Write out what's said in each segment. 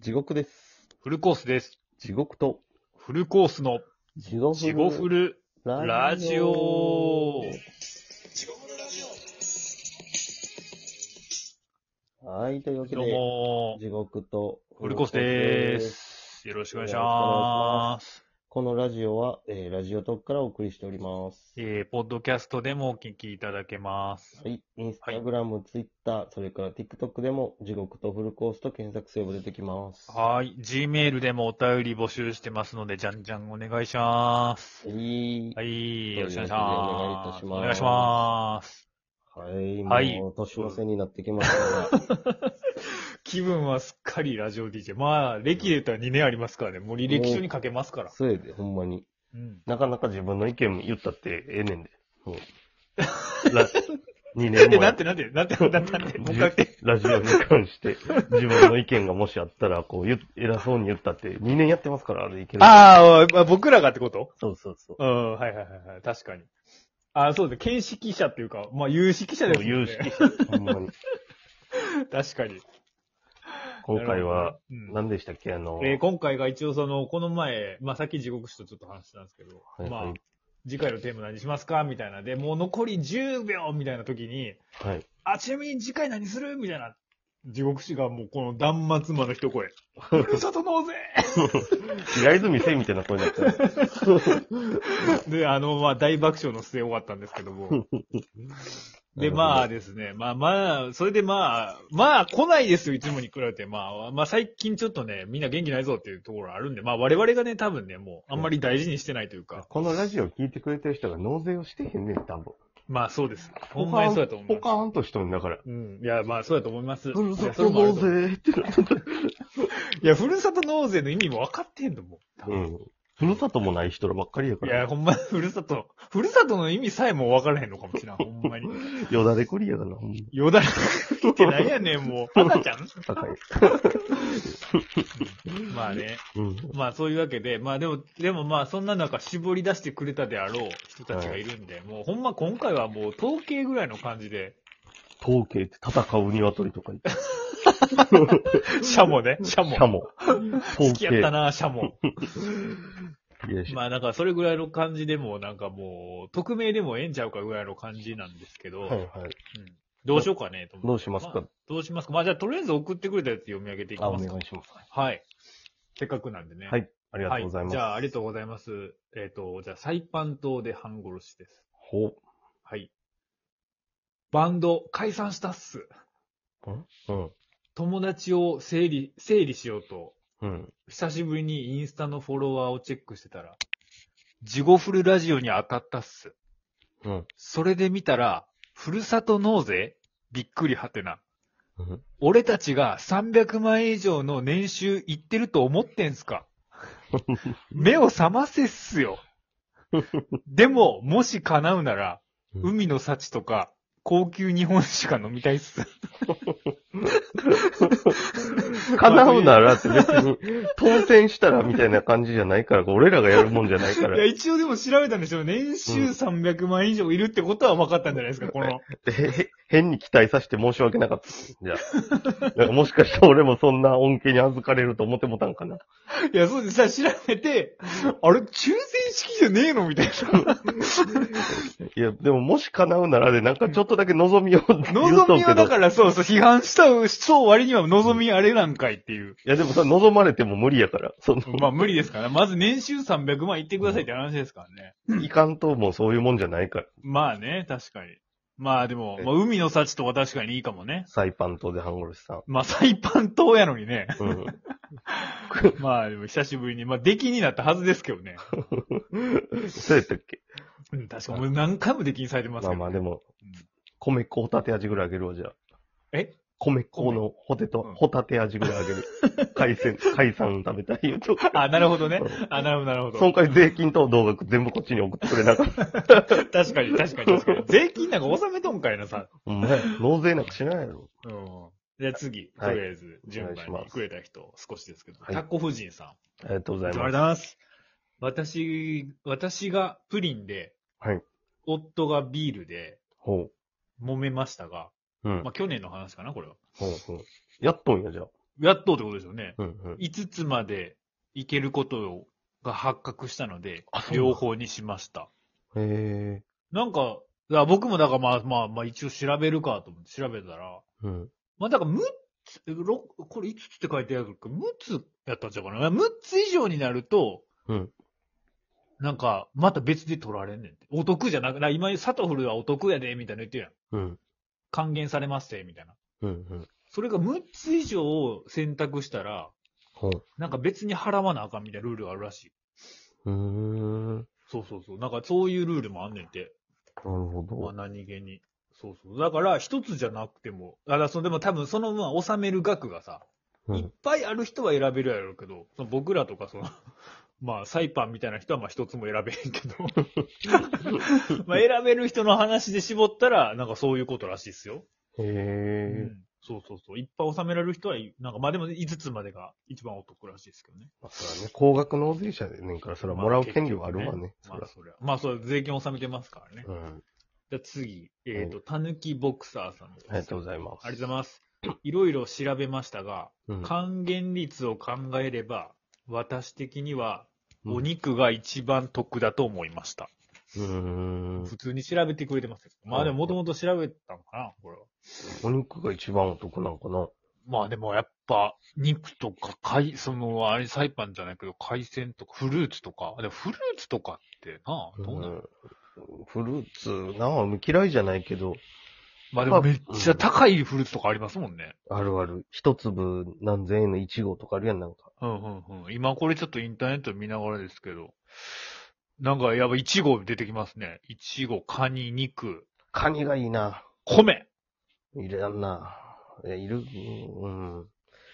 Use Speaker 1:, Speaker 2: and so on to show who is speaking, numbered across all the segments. Speaker 1: 地獄です。
Speaker 2: フルコースです。
Speaker 1: 地獄と、
Speaker 2: フルコースの
Speaker 1: 地獄
Speaker 2: 地獄フルラジオ。
Speaker 1: はい、というわけ
Speaker 2: どう
Speaker 1: で、
Speaker 2: も
Speaker 1: 地獄と、
Speaker 2: フルコースで。す。よろしくお願いします。
Speaker 1: このラジオは、えーラジオトークからお送りしております。
Speaker 2: えー、ポッドキャストでもお聞きいただけます。
Speaker 1: はい。インスタグラム、ツイッター、それから TikTok でも、地獄とフルコースと検索すれば出てきます。は
Speaker 2: はい。Gmail でもお便り募集してますので、じゃんじゃんお願いします。
Speaker 1: い。
Speaker 2: はい。よろしくお願いします。
Speaker 1: お
Speaker 2: お
Speaker 1: 願
Speaker 2: 願
Speaker 1: い
Speaker 2: い
Speaker 1: します
Speaker 2: しま
Speaker 1: は
Speaker 2: す。
Speaker 1: い。
Speaker 2: はい
Speaker 1: もう、年の瀬になってきました が、
Speaker 2: 気分はすっかりラジオ DJ。まあ、歴で言ったら2年ありますからね。もう履歴書に書けますから。
Speaker 1: それで、ほんまに。
Speaker 2: うん。
Speaker 1: なかなか自分の意見言ったってええねんで。 もうラ2年
Speaker 2: え、
Speaker 1: 前。
Speaker 2: なんてなんて、なんて、なんて、なんて、もう一回言って。
Speaker 1: ラジオに関して、自分の意見がもしあったら、こう言っ、偉そうに言ったって、2年やってますから、あれいける。
Speaker 2: ああ、僕らがってこと
Speaker 1: そうそうそう。
Speaker 2: うん、はいはいはいはい、確かに。ああ、そうですね。見識者っていうか、まあ、有識者です
Speaker 1: そ
Speaker 2: も
Speaker 1: うん
Speaker 2: ね。
Speaker 1: 有識者、ほんまに。
Speaker 2: 確かに。
Speaker 1: 今回は、
Speaker 2: なるほどね、
Speaker 1: 何でしたっけ、あの
Speaker 2: うん、えー今回が一応その、この前、まあ、さっき地獄史とちょっと話したんですけど、
Speaker 1: はいは
Speaker 2: まあ
Speaker 1: い、
Speaker 2: 次回のテーマ何しますかみたいな。で、もう残り10秒みたいな時に、
Speaker 1: はい。
Speaker 2: あ、ちなみに次回何するみたいな。地獄史がもうこの断末魔の一 声。ふるさと納税
Speaker 1: 平泉聖みたいな声になってる。
Speaker 2: で、あの、まあ、大爆笑の末終わったんですけども。
Speaker 1: なる
Speaker 2: で、
Speaker 1: ほど
Speaker 2: まあですね、まあまあ、それでまあ、まあ来ないですよ、いつもに比べて。まあ、まあ最近ちょっとね、みんな元気ないぞっていうところあるんで、まあ我々がね、多分ね、もうあんまり大事にしてないというか、
Speaker 1: このラジオ聞いてくれてる人が納税をしてへんねん、多分。
Speaker 2: まあそうです。ほんまにそうだと思い
Speaker 1: ポカ
Speaker 2: ま
Speaker 1: ー
Speaker 2: す。
Speaker 1: ンとしとんだから。
Speaker 2: うん。いや、まあそうだと思います。
Speaker 1: ふる
Speaker 2: い
Speaker 1: さ
Speaker 2: や
Speaker 1: と
Speaker 2: それもあ
Speaker 1: 納
Speaker 2: ると思う
Speaker 1: 税ってなってる
Speaker 2: いや、ふるさと納税の意味も分かってんのもう多
Speaker 1: う
Speaker 2: 分。
Speaker 1: ん。ふるさともない人らばっかりやか
Speaker 2: い
Speaker 1: ら
Speaker 2: や、。ほんま、ふるさと、ふるさとの意味さえも分からへんのかもしれない。ほんまに。
Speaker 1: よだれこりやがな、ほんま
Speaker 2: よだれ食ってなんやねん、もう。赤ちゃん
Speaker 1: 高い。
Speaker 2: まあね。
Speaker 1: うん。
Speaker 2: まあそういうわけで、まあでも、でもまあそんな中絞り出してくれたであろう人たちがいるんで、もうほんま今回はもう統計ぐらいの感じで、
Speaker 1: 統計って戦う鶏とか言って。
Speaker 2: シャモね、 シャモ。
Speaker 1: シャモ。
Speaker 2: 好
Speaker 1: 統
Speaker 2: き
Speaker 1: 計。
Speaker 2: やったな、シャモ。
Speaker 1: いやし
Speaker 2: まあなんかそれぐらいの感じでもうなんかもう、匿名でもええんちゃうかぐらいの感じなんですけど、
Speaker 1: はいはい。
Speaker 2: うんどうしようかね、と思
Speaker 1: ど
Speaker 2: って
Speaker 1: うします
Speaker 2: ま
Speaker 1: か
Speaker 2: あどうしますかまあじゃあとりあえず送ってくれたやつ読み上げていき
Speaker 1: あ、お
Speaker 2: ます
Speaker 1: 願
Speaker 2: か。
Speaker 1: いします。
Speaker 2: はい。せっかくなんでね。
Speaker 1: はい。ありが
Speaker 2: は
Speaker 1: とう
Speaker 2: い。
Speaker 1: ございます。
Speaker 2: じゃあありがとうございます。えっ、と、じゃあサイパン島で半殺しです。
Speaker 1: ほう。
Speaker 2: はい。バンド解散したっす。
Speaker 1: うん。
Speaker 2: 友達を整理、整理しようと、
Speaker 1: うん。
Speaker 2: 久しぶりにインスタのフォロワーをチェックしてたら、ジゴフルラジオに当たったっす。
Speaker 1: うん。
Speaker 2: それで見たら、ふるさと納税びっくりはてな。
Speaker 1: うん
Speaker 2: 俺たちが300万円以上の年収いってると思ってん すか目を覚ませっすよ。でも、もし叶うなら、
Speaker 1: うん
Speaker 2: 海の幸とか、高級日本酒が飲みたいっす。
Speaker 1: 叶うならって別に、当選したらみたいな感じじゃないから、俺らがやるもんじゃないか
Speaker 2: いや、
Speaker 1: ら。
Speaker 2: 一応でも調べたんでしょ年収
Speaker 1: うん
Speaker 2: 300万円以上いるってことは分かったんじゃないですか、この。
Speaker 1: へへ変に期待させて申し訳なかった。じゃあ。なんかもしかして俺もそんな恩恵に預かれると思ってもたんかな。
Speaker 2: いや、そうです。さ、調べて、あれ、抽選式じゃねえのみたいな。
Speaker 1: いや、でももし叶うならで、なんかちょっとだけ望みを言うとくけど。
Speaker 2: 望みはだから、そうそう、批判した、そう割には望みあれなんかいっていう。
Speaker 1: いや、でもさ、望まれても無理やから。その、
Speaker 2: まあ無理ですからね。まず年収300万いってくださいって話ですからね。
Speaker 1: いかんともうそういうもんじゃないから。
Speaker 2: まあね、確かに。まあでも、まあ、海の幸とは確かにいいかもね。
Speaker 1: サイパン島で半殺しさん。
Speaker 2: まあサイパン島やの にね。
Speaker 1: うん。
Speaker 2: まあでも久しぶりに、まあ出禁になったはずですけどね。
Speaker 1: そうやったっけ
Speaker 2: うん、確かに。もう何回も出禁されてます
Speaker 1: まあ
Speaker 2: けど。
Speaker 1: まあでも
Speaker 2: うん、
Speaker 1: 米粉ホタテ味ぐらいあげるわ、じゃあ。
Speaker 2: え
Speaker 1: 米粉のホテト、
Speaker 2: うん
Speaker 1: ホタテ味ぐらいあげる。海鮮、海産食べたい言うと。
Speaker 2: あ、なるほどね。あ、なるほど、なるほ
Speaker 1: その
Speaker 2: ど。
Speaker 1: 回税金と同額全部こっちに送ってくれなかった。
Speaker 2: 確かに、確かに、確かに。税金なんか納めとんかいなさ。
Speaker 1: お前、納税なんかしないやろ。
Speaker 2: うん。じゃあ次、と
Speaker 1: はい
Speaker 2: りあえず、順番
Speaker 1: お願いし
Speaker 2: に
Speaker 1: ます
Speaker 2: くれた人、少しですけど。
Speaker 1: はい
Speaker 2: タコ夫人さん。
Speaker 1: ありがとうござ
Speaker 2: あ
Speaker 1: い
Speaker 2: りがとうご
Speaker 1: ます。
Speaker 2: ざいます。私、私がプリンで、
Speaker 1: はい
Speaker 2: 夫がビールで
Speaker 1: ほ
Speaker 2: 揉めましたが、
Speaker 1: う。うん
Speaker 2: まあ。去年の話かな、これは。
Speaker 1: ほうほう。やっとんや、じゃあ。
Speaker 2: やっとってことですよね。
Speaker 1: うんうん。
Speaker 2: 5つまでいけることが発覚したので
Speaker 1: あ、そうなんだ
Speaker 2: 両方にしました。
Speaker 1: へえ。
Speaker 2: なんか、いや僕もだからまあまあまあ一応調べるかと思って調べたら、
Speaker 1: うん。
Speaker 2: まあだから6つ、ろこれ5つって書いてあるけど、6つやったんちゃうかな。6つ以上になると、
Speaker 1: うん
Speaker 2: なんか、また別で取られんねんて。お得じゃなく、な今、サトフルはお得やで、みたいなの言ってるやん。
Speaker 1: うん。
Speaker 2: 還元されますて、みたいな。
Speaker 1: うん。うん。
Speaker 2: それが6つ以上を選択したら、
Speaker 1: ほ
Speaker 2: なんか別に払わなあかんみたいなルールがあるらしい。
Speaker 1: う。うーん。なる
Speaker 2: そうそうそう。なんかそういうルールもあんねんて。
Speaker 1: ほ
Speaker 2: まあ
Speaker 1: ど。
Speaker 2: 何気に。そうそう。だから一つじゃなくても、あだからそのでも多分そのまあ納める額がさ、
Speaker 1: う
Speaker 2: いっ
Speaker 1: ん。
Speaker 2: ぱいある人は選べるやろうけど、その僕らとかその、 まあサイパンみたいな人はまあ一つも選べへん けど、まあ選べる人の話で絞ったら、なんかそういうことらしいっすよ。
Speaker 1: へ
Speaker 2: う
Speaker 1: え。
Speaker 2: ん。そうそうそう。いっぱい納められる人は、なんかまあでも5つまでが一番お得らしいですけどね。
Speaker 1: まあ、そらね、高額納税者でねんから、そらもらう権利はあるわね。
Speaker 2: ま
Speaker 1: そ
Speaker 2: あ
Speaker 1: ら。
Speaker 2: そりゃ。まあそう、税金納めてますからね。
Speaker 1: うん。
Speaker 2: じゃあ次、えっ、と、たぬきボクサーさんです。
Speaker 1: ありがとうございます。
Speaker 2: ありがとうございます。いろいろ調べましたが、
Speaker 1: うん
Speaker 2: 還元率を考えれば、私的には、お肉が一番得だと思いました。
Speaker 1: うーん。
Speaker 2: 普通に調べてくれてますよ。まあでももともと調べたのかな、これは。
Speaker 1: お肉が一番お得なのかな
Speaker 2: まあでもやっぱ、肉とか、海、その、あれ、サイパンじゃないけど、海鮮とか、フルーツとか、でもフルーツとかってな、どうな
Speaker 1: う
Speaker 2: の、
Speaker 1: んフルーツ、なあ、嫌いじゃないけど、
Speaker 2: まあでもめっちゃ高いフルーツとかありますもんね。
Speaker 1: あるある。一粒何千円のイチゴとかあるやん、なんか。
Speaker 2: うんうんうん。今これちょっとインターネット見ながらですけど、なんかやっぱイチゴ出てきますね。イチゴ、カニ、肉、
Speaker 1: カニがいいな。
Speaker 2: 米。
Speaker 1: いるやんな。いや、いる。うん。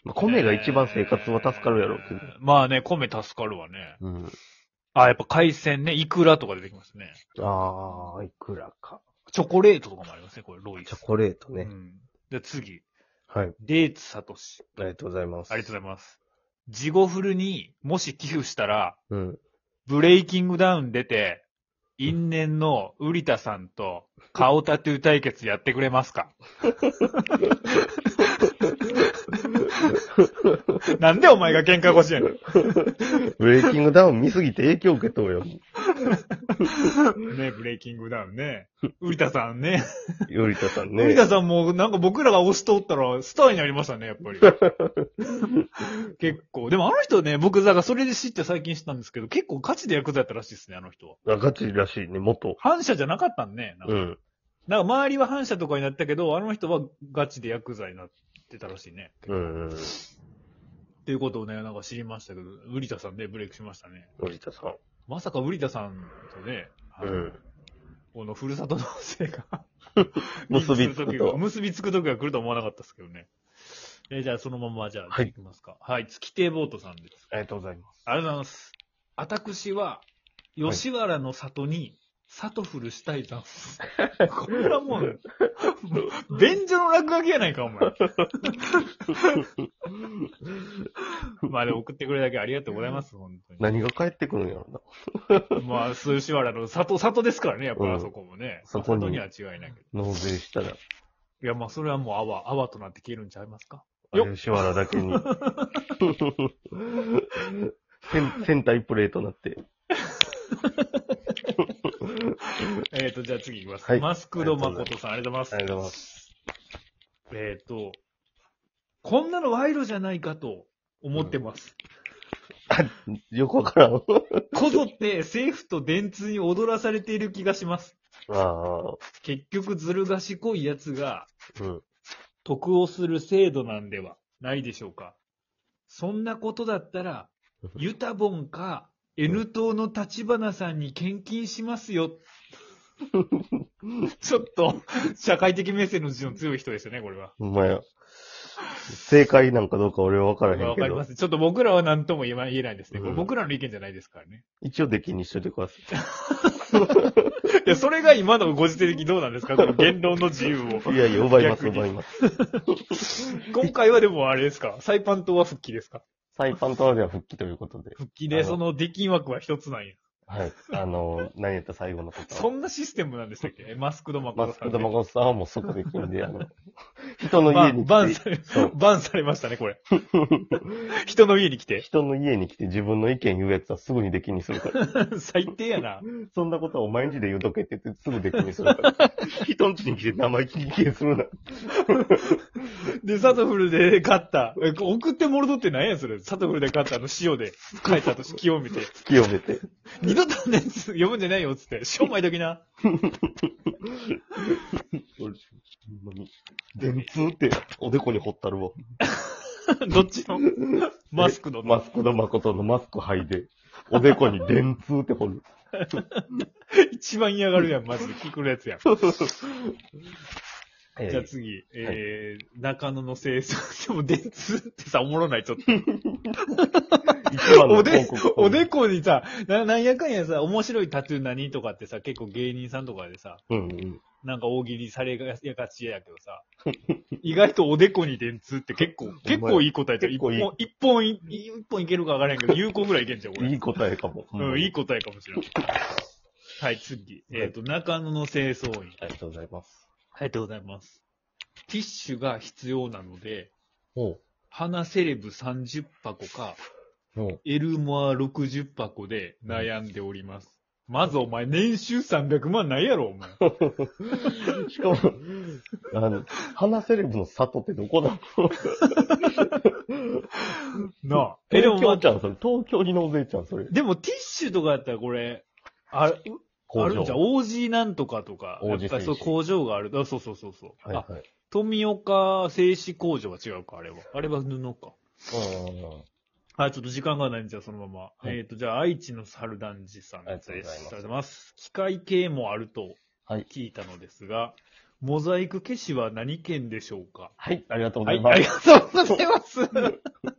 Speaker 1: まあ、米が一番生活は助かるやろうけど。
Speaker 2: えーまあね、米助かるわね。
Speaker 1: うん。
Speaker 2: あ、やっぱ海鮮ね、イクラとか出てきますね。
Speaker 1: あー、いくらか。
Speaker 2: チョコレートとかもありますね、これ、ロイ
Speaker 1: チ
Speaker 2: ス
Speaker 1: ョ。コレート
Speaker 2: う
Speaker 1: ね。
Speaker 2: ん。じゃあ次、
Speaker 1: はい。
Speaker 2: デーツサトシ。
Speaker 1: ありがとうございます。
Speaker 2: ありがとうございます。ジゴフルにもし寄付したら、
Speaker 1: うん。
Speaker 2: ブレイキングダウン出て、因縁のウリタさんと顔タトゥー対決やってくれますかなんでお前が喧嘩腰やねん。
Speaker 1: ブレイキングダウン見すぎて影響受けと うよ。
Speaker 2: ねブレイキングダウンね。ウリタさんね。
Speaker 1: よりたさん
Speaker 2: ウリ
Speaker 1: ね。
Speaker 2: タさんもなんか僕らが押し通ったらスターになりましたね、やっぱり。結構。でもあの人ね、僕、だからそれで知って最近知ったんですけど、結構ガチでヤクザやったらしいですね、あの人は。
Speaker 1: あガチらしいね、元。
Speaker 2: 反社じゃなかったんね。なんか
Speaker 1: うん。
Speaker 2: なんか周りは反社とかになったけど、あの人はガチでヤクザになってたらしいね。
Speaker 1: うんうん。
Speaker 2: っていうことをね、なんか知りましたけど、ウリタさんでブレイクしましたね。
Speaker 1: 森田さん。
Speaker 2: まさかウリタさんとね、あの
Speaker 1: うん
Speaker 2: このふるさと納税が
Speaker 1: 結びつくとは
Speaker 2: 結びつく時が来るとは思わなかったですけどね。えーじゃあそのまま、じゃあ、
Speaker 1: はい
Speaker 2: いきますか。はい、月亭ボートさんです。
Speaker 1: ありがとうございます。
Speaker 2: ありがとうございます。私は、吉原の里に、里フルしたいざんす。これはもう、もう便所の落書きやないか、お前。まあでも送ってくれるだけありがとうございます、本当に。
Speaker 1: 何が返ってくるんやろな。
Speaker 2: まあ、吉原の里、里ですからね、やっぱりあそこもね。
Speaker 1: うんそこに
Speaker 2: まあ里には違いないけど。
Speaker 1: 納税したら、
Speaker 2: いや、まあそれはもう泡、泡となって消えるんちゃいますかよっ
Speaker 1: 吉原だけ に。戦戦隊プレートになって。
Speaker 2: えっ、と、じゃあ次いきます。
Speaker 1: はい
Speaker 2: マスクド誠さん、ありがとうございます。
Speaker 1: りがとうございます。
Speaker 2: えっ、と、こんなの賄賂じゃないかと思ってます。
Speaker 1: よくわからん。
Speaker 2: こぞって政府と電通に踊らされている気がします。
Speaker 1: ああ、
Speaker 2: 結局ずる賢い奴が
Speaker 1: うん。
Speaker 2: 得をする制度なんではないでしょうか。そんなことだったら、ユタボンか N 党の立花さんに献金しますよ。ちょっと、社会的メッセージの事情の強い人ですよね、これは。
Speaker 1: ほんまや。正解なんかどうか俺はわからへん
Speaker 2: わ
Speaker 1: け
Speaker 2: かりま
Speaker 1: ど。
Speaker 2: す。ちょっと僕らは何とも言えま言えないですね。これ
Speaker 1: うん
Speaker 2: 僕らの意見じゃないですからね。
Speaker 1: 一応出禁にしといてくださ
Speaker 2: いや、それが今のご時世的にどうなんですかこの言論の自由を。
Speaker 1: い。いやいや、奪います、
Speaker 2: 逆に
Speaker 1: 奪います。
Speaker 2: 今回はでもあれですかサイパン党は復帰ですか
Speaker 1: サイパンとはでは復帰ということで。
Speaker 2: 復帰で、その出禁枠は一つなんや。
Speaker 1: はい。あの、何やった最後のこと。
Speaker 2: そんなシステムなんでしたっけマスクドマコ
Speaker 1: マ
Speaker 2: ト
Speaker 1: ス
Speaker 2: さん
Speaker 1: ク
Speaker 2: で。
Speaker 1: とマコさんはもう即できんで、あの、人の
Speaker 2: ま
Speaker 1: 家
Speaker 2: あ
Speaker 1: に
Speaker 2: バン
Speaker 1: 来
Speaker 2: さ
Speaker 1: て、
Speaker 2: れ
Speaker 1: そう、
Speaker 2: バンされましたね、これ。 人の家に来て。
Speaker 1: 人の家に来て自分の意見言うやつはすぐにできにする から。
Speaker 2: 最低やな。
Speaker 1: そんなことはお前んちで言うとけって言ってすぐできにする から。人んちに来て生意気に意見するな。
Speaker 2: で、サトフルで勝った。え送ってもろとって何や、それ。サトフルで勝ったあの塩で書いたと気を見て。
Speaker 1: 清めて。
Speaker 2: 二度とあんなやつ読むんじゃないよ、つって。商売だけな。
Speaker 1: 俺ほんまに。電通っておでこに掘ったるわ。
Speaker 2: どっち のマスクの。
Speaker 1: マスクの誠のマスク剥いで、おでこに電通って掘 る。
Speaker 2: 一番嫌がるやん、マジで。聞くやつやん。
Speaker 1: ええ
Speaker 2: じゃあ次、えー、中野の生産。でも、電通ってさ、おもろない、ちょっと。
Speaker 1: 一番の
Speaker 2: おで
Speaker 1: 広告、
Speaker 2: おでこにさ、ななんやかんやさ、面白いタトゥー何とかってさ、結構芸人さんとかでさ、
Speaker 1: うんうん。
Speaker 2: なんか大喜利されがやがちやけど さ、意外とおでこに電通って結構、結構いい答えちゃう。
Speaker 1: 結
Speaker 2: 一
Speaker 1: 構いい
Speaker 2: 本、一本い、一本いけるかわからへんけど、有効ぐらいいけんじゃん、こ
Speaker 1: い
Speaker 2: れ。
Speaker 1: い答えかも。
Speaker 2: うん、いい
Speaker 1: い。
Speaker 2: 答えかもしれん。はい、次。
Speaker 1: はい
Speaker 2: えっ、と、中野の清掃員。
Speaker 1: ありがとうございます。
Speaker 2: ありがとうございます。ティッシュが必要なので、
Speaker 1: おう。
Speaker 2: 花セレブ30箱か、
Speaker 1: おう。
Speaker 2: エルモア60箱で悩んでおります。まずお前、年収300万ないやろ、 お前。
Speaker 1: しかも、あの、花セレブの里ってどこだ
Speaker 2: なあ。え、でも
Speaker 1: 東
Speaker 2: ま
Speaker 1: 京
Speaker 2: あ
Speaker 1: ちゃん、それ。東京に納税ちゃん、それ。
Speaker 2: でもティッシュとかやったらこれ、あある
Speaker 1: 工
Speaker 2: んじ
Speaker 1: 場。
Speaker 2: ゃん。OG なんとかとか。
Speaker 1: 王子
Speaker 2: やっぱりそう
Speaker 1: 製紙
Speaker 2: 工場がある。あそうそうそうそう。
Speaker 1: はい
Speaker 2: あ、
Speaker 1: はい。
Speaker 2: 富岡製紙工場は違うか、あれは。あれは布
Speaker 1: う
Speaker 2: か。
Speaker 1: んうんうん。
Speaker 2: はい、ちょっと時間がないんじゃ、そのまま。
Speaker 1: はい
Speaker 2: えっ、と、じゃあ、愛知の猿団児さん
Speaker 1: ありがとう
Speaker 2: で
Speaker 1: ございます
Speaker 2: す。ありがとうございます。機械系もあると
Speaker 1: はい。
Speaker 2: 聞いたのですが、モザイク消しは何県でしょうか
Speaker 1: はい、ありがとうご
Speaker 2: は
Speaker 1: ざ
Speaker 2: い
Speaker 1: い、ます。
Speaker 2: ありがとうございます。